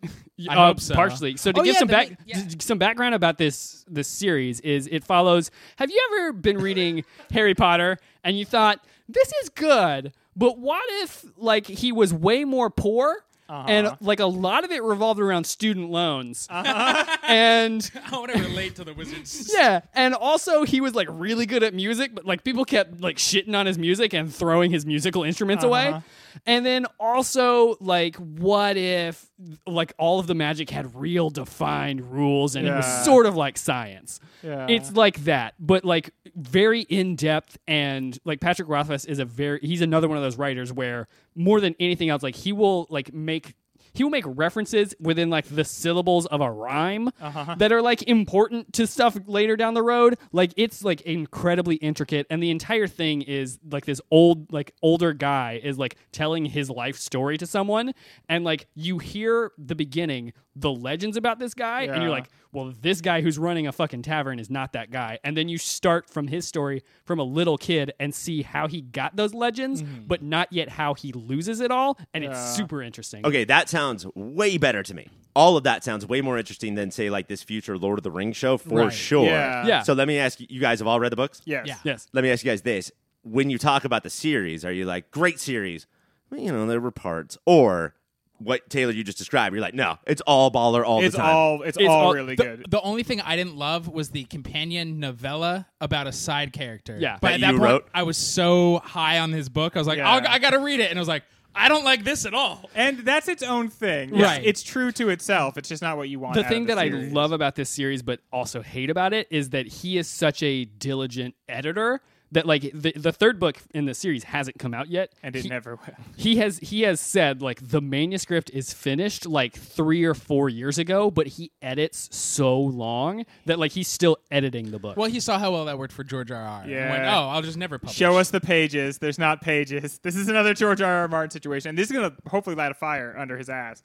I Uh, hope so. Partially. So to Oh, give yeah, some the back main- yeah. d- some background about this this series is it follows. Have you ever been reading Harry Potter and you thought this is good, but what if like he was way more poor? Uh-huh. And like a lot of it revolved around student loans, Uh-huh. and I want to relate to the wizards. yeah, and also he was like really good at music, but like people kept like shitting on his music and throwing his musical instruments away. And then also like what if like all of the magic had real defined rules and it Yeah. was sort of like science. Yeah. It's like that, but like very in depth and like Patrick Rothfuss is a very he's another one of those writers where more than anything else like he will like make he will make references within like the syllables of a rhyme Uh-huh. that are like important to stuff later down the road. Like it's like incredibly intricate, and the entire thing is like this old, like older guy is like telling his life story to someone, and like you hear the beginning, the legends about this guy, and Yeah. you're like, well, this guy who's running a fucking tavern is not that guy. And then you start from his story from a little kid and see how he got those legends, Mm-hmm. but not yet how he loses it all, and it's super interesting. Okay, that sounds way better to me. All of that sounds way more interesting than say like this future Lord of the Rings show for Right. sure. Yeah. Yeah. So let me ask you, you guys have all read the books? yes. Yeah. Yes. Let me ask you guys this. When you talk about the series, are you like, great series? Well, you know, there were parts. Or what Taylor you just described, you're like, no, it's all baller all It's the time. all it's, It's all, all- really The, good. the only thing I didn't love was the companion novella about a side character. Yeah. but That at that you point, wrote? I was so high on his book. I was like, Yeah. I'll, I got to read it, and I was like, I don't like this at all. and that's its own thing. Right. It's, it's true to itself. It's just not what you want. the out of thing that series. I love about this series, but also hate about it, is that he is such a diligent editor that like the, the third book in the series hasn't come out yet, and it he, never will. he has he has said like the manuscript is finished like three or four years ago, but he edits so long that like he's still editing the book. Well, he saw how well that worked for George R. R. Yeah. went, oh, I'll just never publish. Show us the pages. There's not pages. This is another George R. R. Martin situation. This is gonna hopefully light a fire under his ass.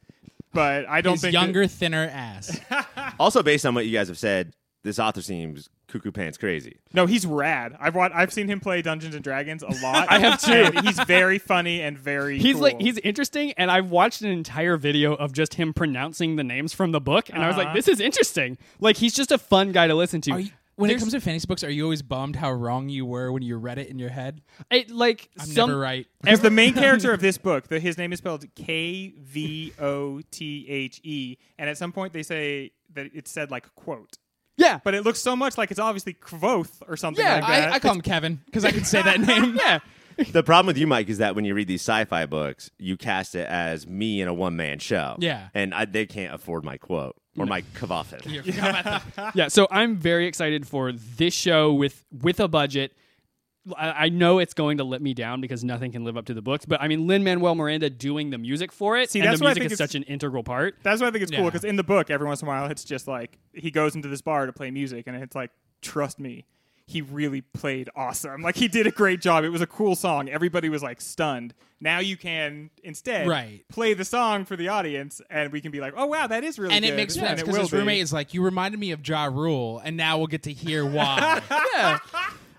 But I don't his think younger, thinner ass. Also, based on what you guys have said, this author seems cuckoo pants crazy. No, he's rad. I've watched, I've seen him play Dungeons and Dragons a lot. I have too. And He's very funny and very. He's like cool. he's interesting, and I've watched an entire video of just him pronouncing the names from the book, and I was like, Uh-huh. "This is interesting." Like he's just a fun guy to listen to. Are you, when it There's- comes to fantasy books, are you always bummed how wrong you were when you read it in your head? it, like I'm some never right. Because the main character of this book, the, his name is spelled K V O T H E, and at some point they say that it said like quote, yeah, but it looks so much like it's obviously Quoth or something Yeah, like I, that. I call him Kevin because I could say that name. yeah. The problem with you, Mike, is that when you read these sci-fi books, you cast it as me in a one-man show. Yeah. and I, they can't afford my quote or my kavaffin. You forgot about that. yeah so i'm very excited for this show with with a budget I I know it's going to let me down because nothing can live up to the books, but I mean, Lin Manuel Miranda doing the music for it, See, and that's the what I music think is it's- such an integral part. That's why I think it's cool Yeah. because in the book, every once in a while, it's just like he goes into this bar to play music, and it's like, trust me, he really played awesome. Like he did a great job. It was a cool song. Everybody was like stunned. Now you can instead Right. play the song for the audience, and we can be like, oh wow, that is really and good. it makes Yeah, sense and it because will his be. roommate is like, "You reminded me of Ja Rule," and now we'll get to hear why.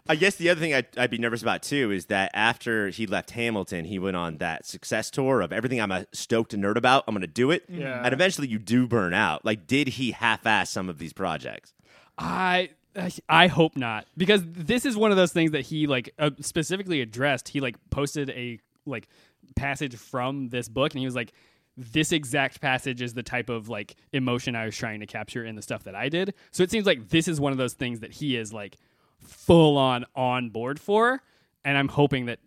I guess the other thing I'd, I'd be nervous about too is that after he left Hamilton, he went on that success tour of everything I'm a stoked nerd about. I'm going to do it, Yeah. and eventually you do burn out. Like, did he half-ass some of these projects? I I- I hope not because this is one of those things that he like uh, specifically addressed. He like posted a like passage from this book, and he was like, "This exact passage is the type of like emotion I was trying to capture in the stuff that I did." So it seems like this is one of those things that he is like full on on board for, and I'm hoping that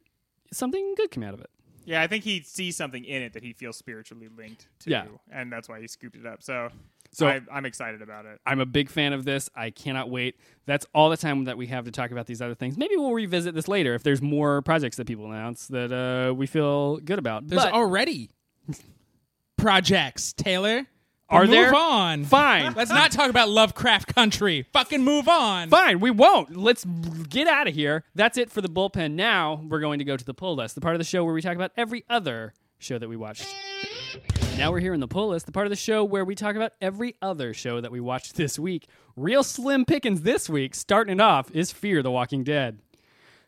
something good came out of it. Yeah, I think he sees something in it that he feels spiritually linked to, Yeah. and that's why he scooped it up. So, So- I, I'm excited about it. I'm a big fan of this. I cannot wait. That's all the time that we have to talk about these other things. Maybe we'll revisit this later if there's more projects that people announce that uh, we feel good about. There's But already projects, Taylor. Are move there? on. Fine. Let's not talk about Lovecraft Country. Fucking move on. fine, we won't. Let's get out of here. That's it for the bullpen. Now we're going to go to the pull list, the part of the show where we talk about every other show that we watched. Now we're here in the pull list, the part of the show where we talk about every other show that we watched this week. Real slim pickings this week, starting it off, is Fear the Walking Dead.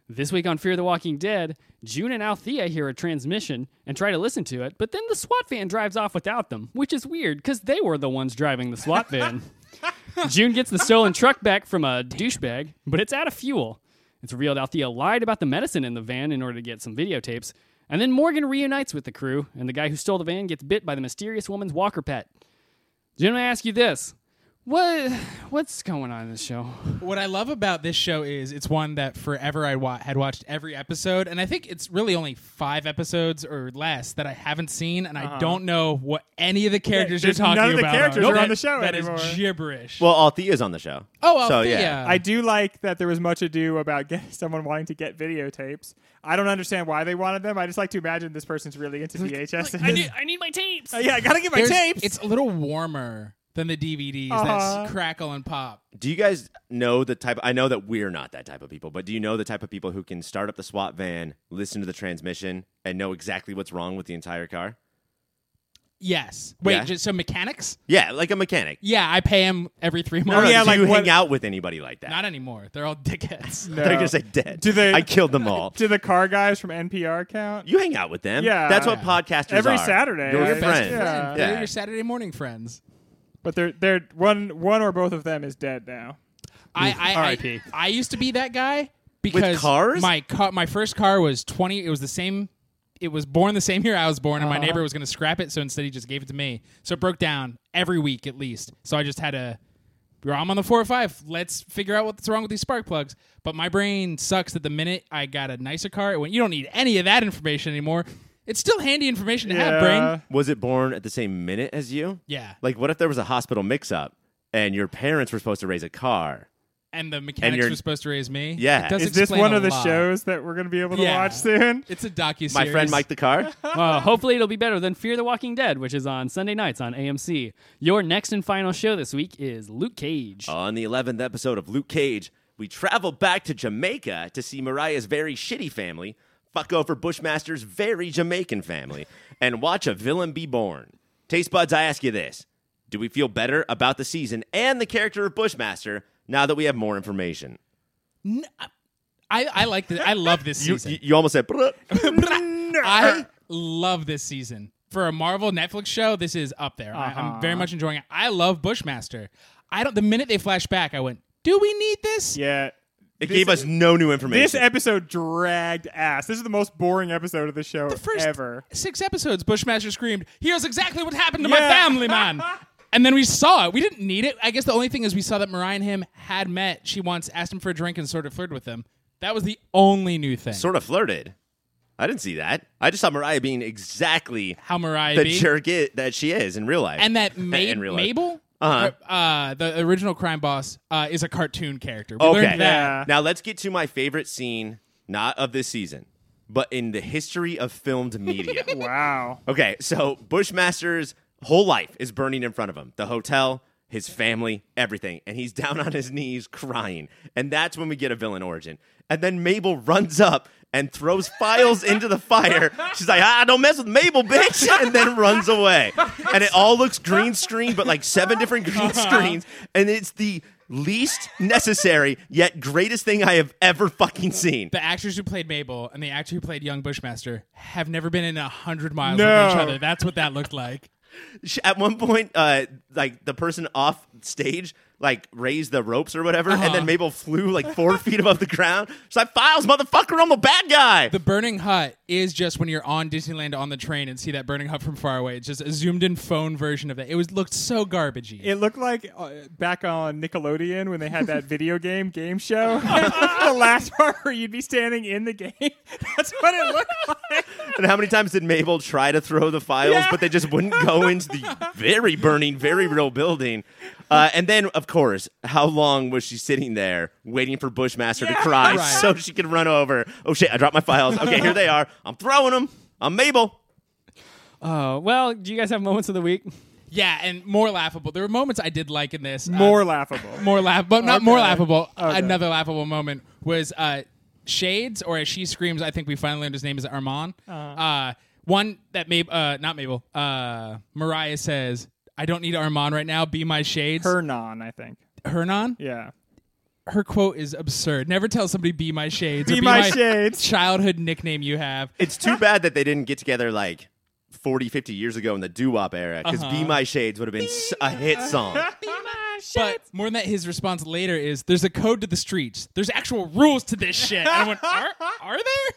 This week on Fear the Walking Dead, June and Althea hear a transmission and try to listen to it, but then the SWAT van drives off without them, which is weird because they were the ones driving the SWAT van. June gets the stolen truck back from a douchebag, but it's out of fuel. It's revealed Althea lied about the medicine in the van in order to get some videotapes. And then Morgan reunites with the crew, and the guy who stole the van gets bit by the mysterious woman's walker pet. Jim, I ask you this. What what's going on in this show? What I love about this show is it's one that forever I wa- had watched every episode, and I think it's really only five episodes or less that I haven't seen, and I don't know what any of the characters Uh-huh. Yeah, you're there's talking none of the about. characters are are on That- the show That is anymore. gibberish. Well, Althea's on the show. oh, so, Althea. yeah. I do like that there was much ado about get, someone wanting to get videotapes. I don't understand why they wanted them. I just like to imagine this person's really into VHS. I need, I need my tapes. yeah, I gotta get my There's- tapes. It's a little warmer than the DVDs that Uh-huh. s- crackle and pop. Do you guys know the type? I know that we're not that type of people, but do you know the type of people who can start up the SWAT van, listen to the transmission, and know exactly what's wrong with the entire car? Yes. Wait, Yeah. just, so mechanics? Yeah, like a mechanic. Yeah, I pay him every three No, months. no, yeah, do like you what- hang out with anybody like that? Not anymore. They're all dickheads. No. They're gonna say dead. Do they- I killed them all. Do the car guys from NPR count? you hang out with them. Yeah. that's what Yeah. podcasters Every are. Saturday, Your I- friends. Best friend. Yeah. They're Yeah. your Saturday morning friends. But they're they're one one or both of them is dead now. I I, I RIP. I used to be that guy because cars? my car my first car was 20 it was the same it was born the same year I was born and my neighbor was going to scrap it so instead he just gave it to me. So it broke down every week at least. So I just had to "Well, I'm on the 4 or 5. Let's figure out what's wrong with these spark plugs. But my brain sucks that the minute I got a nicer car, it went, you don't need any of that information anymore. It's still handy information to have, brain. Was it born at the same minute as you? Yeah. Like, what if there was a hospital mix-up and your parents were supposed to raise a car? And the mechanics you're- were supposed to raise me. Yeah. It does Is this explain one a of the lot. shows that we're gonna be able to Yeah. watch soon? It's a docu My friend Mike the car. Uh, hopefully, it'll be better than Fear the Walking Dead, which is on Sunday nights on AMC. Your next and final show this week is Luke Cage. On the 11th episode of Luke Cage, we travel back to Jamaica to see Mariah's very shitty family fuck over Bushmaster's very Jamaican family and watch a villain be born. Taste buds, I ask you this. Do we feel better about the season and the character of Bushmaster now that we have more information? I, I like this. I love this You, season. you- uh, you almost said, "Bruh." I love this season. For a Marvel Netflix show, this is up there. I, am Uh-huh. very much enjoying it. I love Bushmaster. I don't. The minute they flash back, I went, "Do we need this?" Yeah. it gave us no new information. This episode dragged ass. This is the most boring episode of the show The first ever. six episodes, Bushmaster screamed, "Here's exactly what happened to my Yeah. family, man." And then we saw it. We didn't need it. I guess the only thing is we saw that Mariah and him had met. She once asked him for a drink and sort of flirted with him. That was the only new thing. sort of flirted. I didn't see that. I just saw Mariah being exactly How Mariah the be. jerk it, that she is in real life. and that In Ma- real life. Mabel, Uh-huh. Or, uh, the original crime boss, uh, is a cartoon character. We Okay. learned that. Yeah. Now let's get to my favorite scene, not of this season, but in the history of filmed media. Wow. okay, so Bushmaster's whole life is burning in front of him the hotel, his family, everything. And he's down on his knees crying. And that's when we get a villain origin. And then Mabel runs up and throws files into the fire. She's like, ah, don't mess with Mabel, bitch. And then runs away. And it all looks green screen, but like seven different green screens. And it's the least necessary yet greatest thing I have ever fucking seen. The actors who played Mabel and the actor who played Young Bushmaster have never been in a hundred miles No. of each other. That's what that looked like. She- at one point, uh, like the person off stage, like raised the ropes or whatever, and Uh-huh. then Mabel flew like four feet above the ground. She's like, "Files, motherfucker, I'm a bad guy." The burning hut is just when you're on Disneyland on the train and see that burning hut from far away. It's just a zoomed in phone version of that. It was looked so garbagey. It looked like uh, back on Nickelodeon when they had that video game game show. the last part where you'd be standing in the game. That's what it looked like. And how many times did Mabel try to throw the files, but they just wouldn't go into the very burning, very real building? Uh, and then, of course, how long was she sitting there waiting for Bushmaster to cry Right. so she could run over? Oh shit! I dropped my files. Okay, here they are. I'm throwing them. I'm Mabel. Oh, well, do you guys have moments of the week? Yeah, and more laughable. There were moments I did like in this. uh, More laughable. more laugh, but not more Okay. laughable. Another laughable moment was uh, Shades, or as she screams, I think we finally learned his name is Armand. Uh-huh. uh one that Mabel, uh, not Mabel, uh, Mariah says, "I don't need Armand right now. Be my Shades." Hernon, I think. Hernan, Yeah. her quote is absurd. Never tell somebody "Be my Shades." or Be my shades." Childhood nickname you have. It's too bad that they didn't get together like 40, 50 years ago in the doo wop era, because "Be My Shades" would have been s- a hit song. But more than that, his response later is, "There's a code to the streets. There's actual rules to this shit." And I went, "Are, are there?"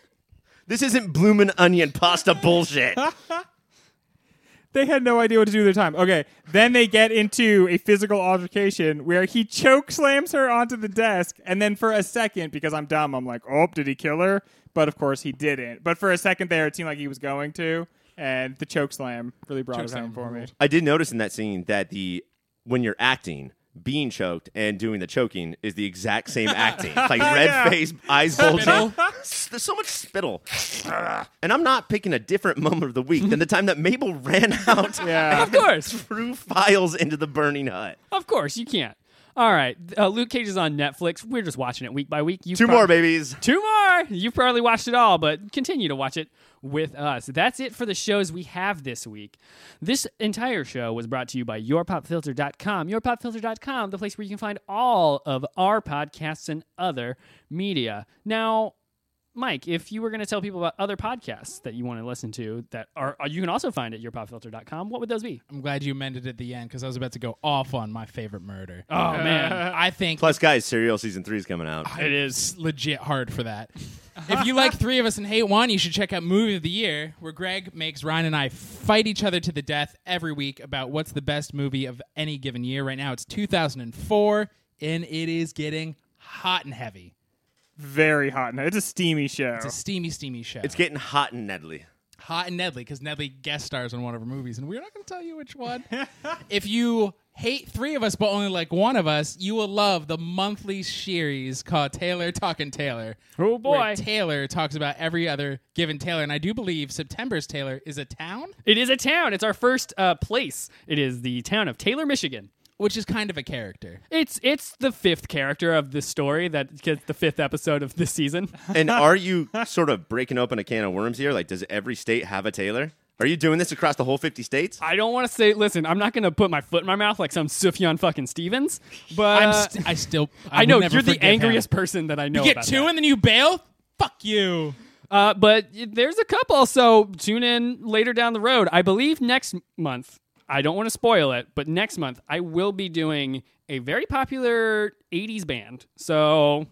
This isn't bloomin' onion pasta bullshit. They had no idea what to do with their time. Okay, then they get into a physical altercation where he choke slams her onto the desk, and then for a second, because I'm dumb, I'm like, "Oh, did he kill her?" But of course he didn't. But for a second there, it seemed like he was going to, and the choke slam really brought it home Chokeslam for me. I did notice in that scene that the when you're acting, being choked and doing the choking is the exact same acting. Like red face, eyes bulging. Spittle. S- There's so much spittle. And I'm not picking a different moment of the week than the time that Mabel ran out Yeah. Of course. through files into the burning hut. Of course, you can't. All right. Uh, Luke Cage is on Netflix. We're just watching it week by week. You Two prob- more babies. Two more. You've probably watched it all, but continue to watch it with us. That's it for the shows we have this week. This entire show was brought to you by yourpopfilter.com. Yourpopfilter.com, the place where you can find all of our podcasts and other media. Now, Mike, if you were going to tell people about other podcasts that you want to listen to that are you can also find at yourpopfilter.com, what would those be? I'm glad you amended at the end because I was about to go off on my favorite murder. Oh man. I think Plus, guys, Serial season three is coming out. it is legit hard for that. if you like three of us and hate one, you should check out Movie of the Year, where Greg makes Ryan and I fight each other to the death every week about what's the best movie of any given year. Right now, it's 2004, and it is getting hot and heavy. Very hot. It's a steamy show. It's a steamy, steamy show. It's getting hot and Nedley. Hot and Nedley because Nedley guest stars on one of her movies, and we're not going to tell you which one. if you hate three of us but only like one of us, you will love the monthly series called Taylor Talking Taylor. Oh, boy. where Taylor talks about every other given Taylor, and I do believe September's Taylor is a town, It is a town. It's our first uh, place. It is the town of Taylor, Michigan. which is kind of a character. It's it's the fifth character of this story that gets the fifth episode of this season. And are you sort of breaking open a can of worms here? Like, does every state have a Taylor? Are you doing this across the whole 50 states? I don't want to say. Listen, I'm not going to put my foot in my mouth like some Sufjan fucking Stevens. But I'm st- I still I, Uh, I know will never you're the forgive him. angriest person that I know. You get about two that. and then you bail. Fuck you. Uh, but y- there's a couple, so tune in later down the road. I believe next m- month, I don't want to spoil it, but next month I will be doing a very popular 80s band. So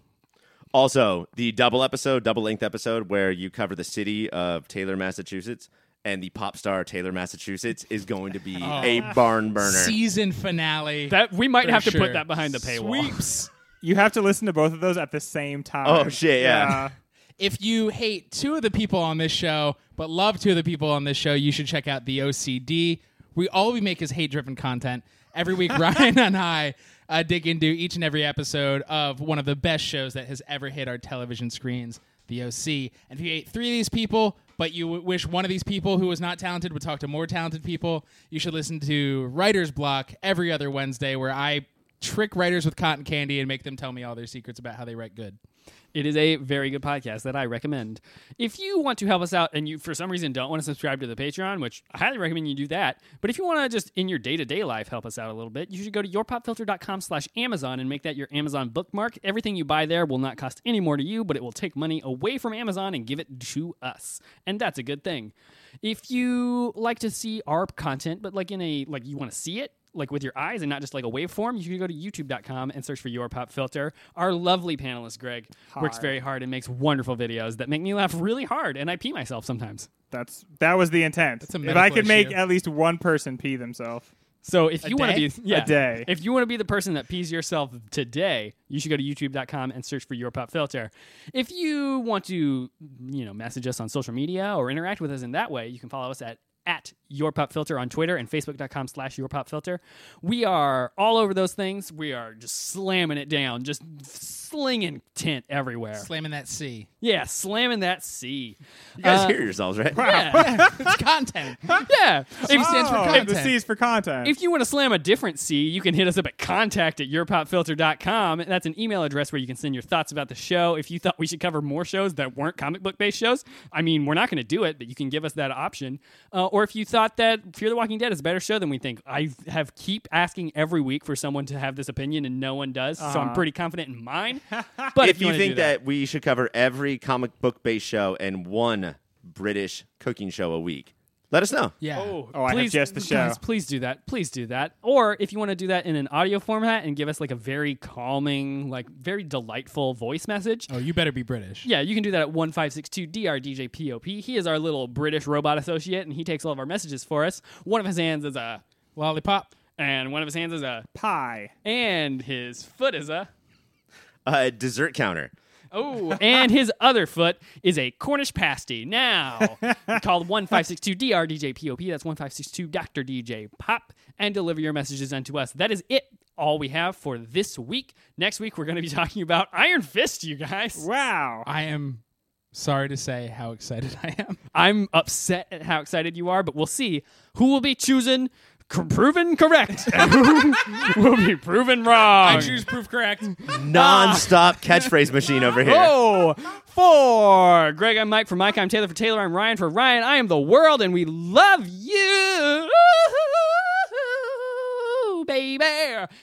Also, the double episode, double length episode where you cover the city of Taylor, Massachusetts, and the pop star Taylor, Massachusetts is going to be a barn burner. Season finale. that we might For have to sure. put that behind the paywall. Sweeps. you have to listen to both of those at the same time. Oh, shit, yeah. if you hate two of the people on this show but love two of the people on this show, you should check out the OCD. We all we make is hate-driven content. Every week, Ryan and I uh, dig into each and every episode of one of the best shows that has ever hit our television screens, The OC. And if you hate three of these people, but you w- wish one of these people who was not talented would talk to more talented people, you should listen to Writer's Block every other Wednesday, where I trick writers with cotton candy and make them tell me all their secrets about how they write good. It is a very good podcast that I recommend. If you want to help us out and you, for some reason, don't want to subscribe to the Patreon, which I highly recommend you do that, but if you want to just in your day to day life help us out a little bit, you should go to yourpopfilter.com slash Amazon and make that your Amazon bookmark. Everything you buy there will not cost any more to you, but it will take money away from Amazon and give it to us. And that's a good thing. If you like to see our content, but like in a, like you want to see it, like with your eyes and not just like a waveform, you can go to youtube.com and search for your pop filter. Our lovely panelist Greg works very hard and makes wonderful videos that make me laugh really hard and I pee myself sometimes. That's that was the intent. a if I medical could make issue. at least one person pee themselves. So if you want to day? be yeah, day. if you want to be the person that pees yourself today, you should go to youtube.com and search for your pop filter. If you want to, you know, message us on social media or interact with us in that way, you can follow us at at your pop filter on Twitter and facebook.com slash your pop filter. We are all over those things. We are just slamming it down, just slinging tint everywhere. Slamming that C. yeah, slamming that C. You guys hear yourselves, right? Yeah. It's content. yeah. If- stands for Oh, content. The C's for content. If you want to slam a different C, you can hit us up at contact at yourpopfilter.com. That's an email address where you can send your thoughts about the show. If you thought we should cover more shows that weren't comic book based shows, I mean, we're not going to do it, but you can give us that option. Uh, or if you thought that Fear the Walking Dead is a better show than we think, I have keep asking every week for someone to have this opinion, and no one does. So I'm pretty confident in mine. But if, Uh-huh. if you wanna do think that we should cover every comic book based show and one British cooking show a week, let us know. Yeah. Oh, I have just the show. Guys, please do that. Please do that. Or if you want to do that in an audio format and give us like a very calming, like very delightful voice message. Oh, you better be British. Yeah, you can do that at 1562DRDJPOP. He is our little British robot associate and he takes all of our messages for us. One of his hands is a, Lollipop. and one of his hands is a, pie. and his foot is a, Uh, dessert counter. oh, and his other foot is a Cornish pasty. Now, call 1562DRDJPOP. That's 1562 Dr. DJ Pop and deliver your messages unto us. That is it. All we have for this week. Next week, we're going to be talking about Iron Fist, you guys. Wow. I am sorry to say how excited I am. I'm upset at how excited you are, but we'll see who will be chosen c- proven correct and who will be proven wrong. proof correct. Non stop catchphrase machine over here. Oh, for Greg, I'm Mike. For Mike, I'm Taylor. For Taylor, I'm Ryan. For Ryan, I am the world, and we love you, baby.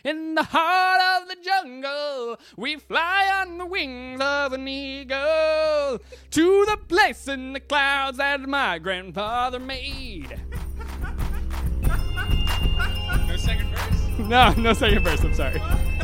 In the heart of the jungle, we fly on the wings of an eagle to the place in the clouds that my grandfather made. no second verse. No, no second verse. I'm sorry.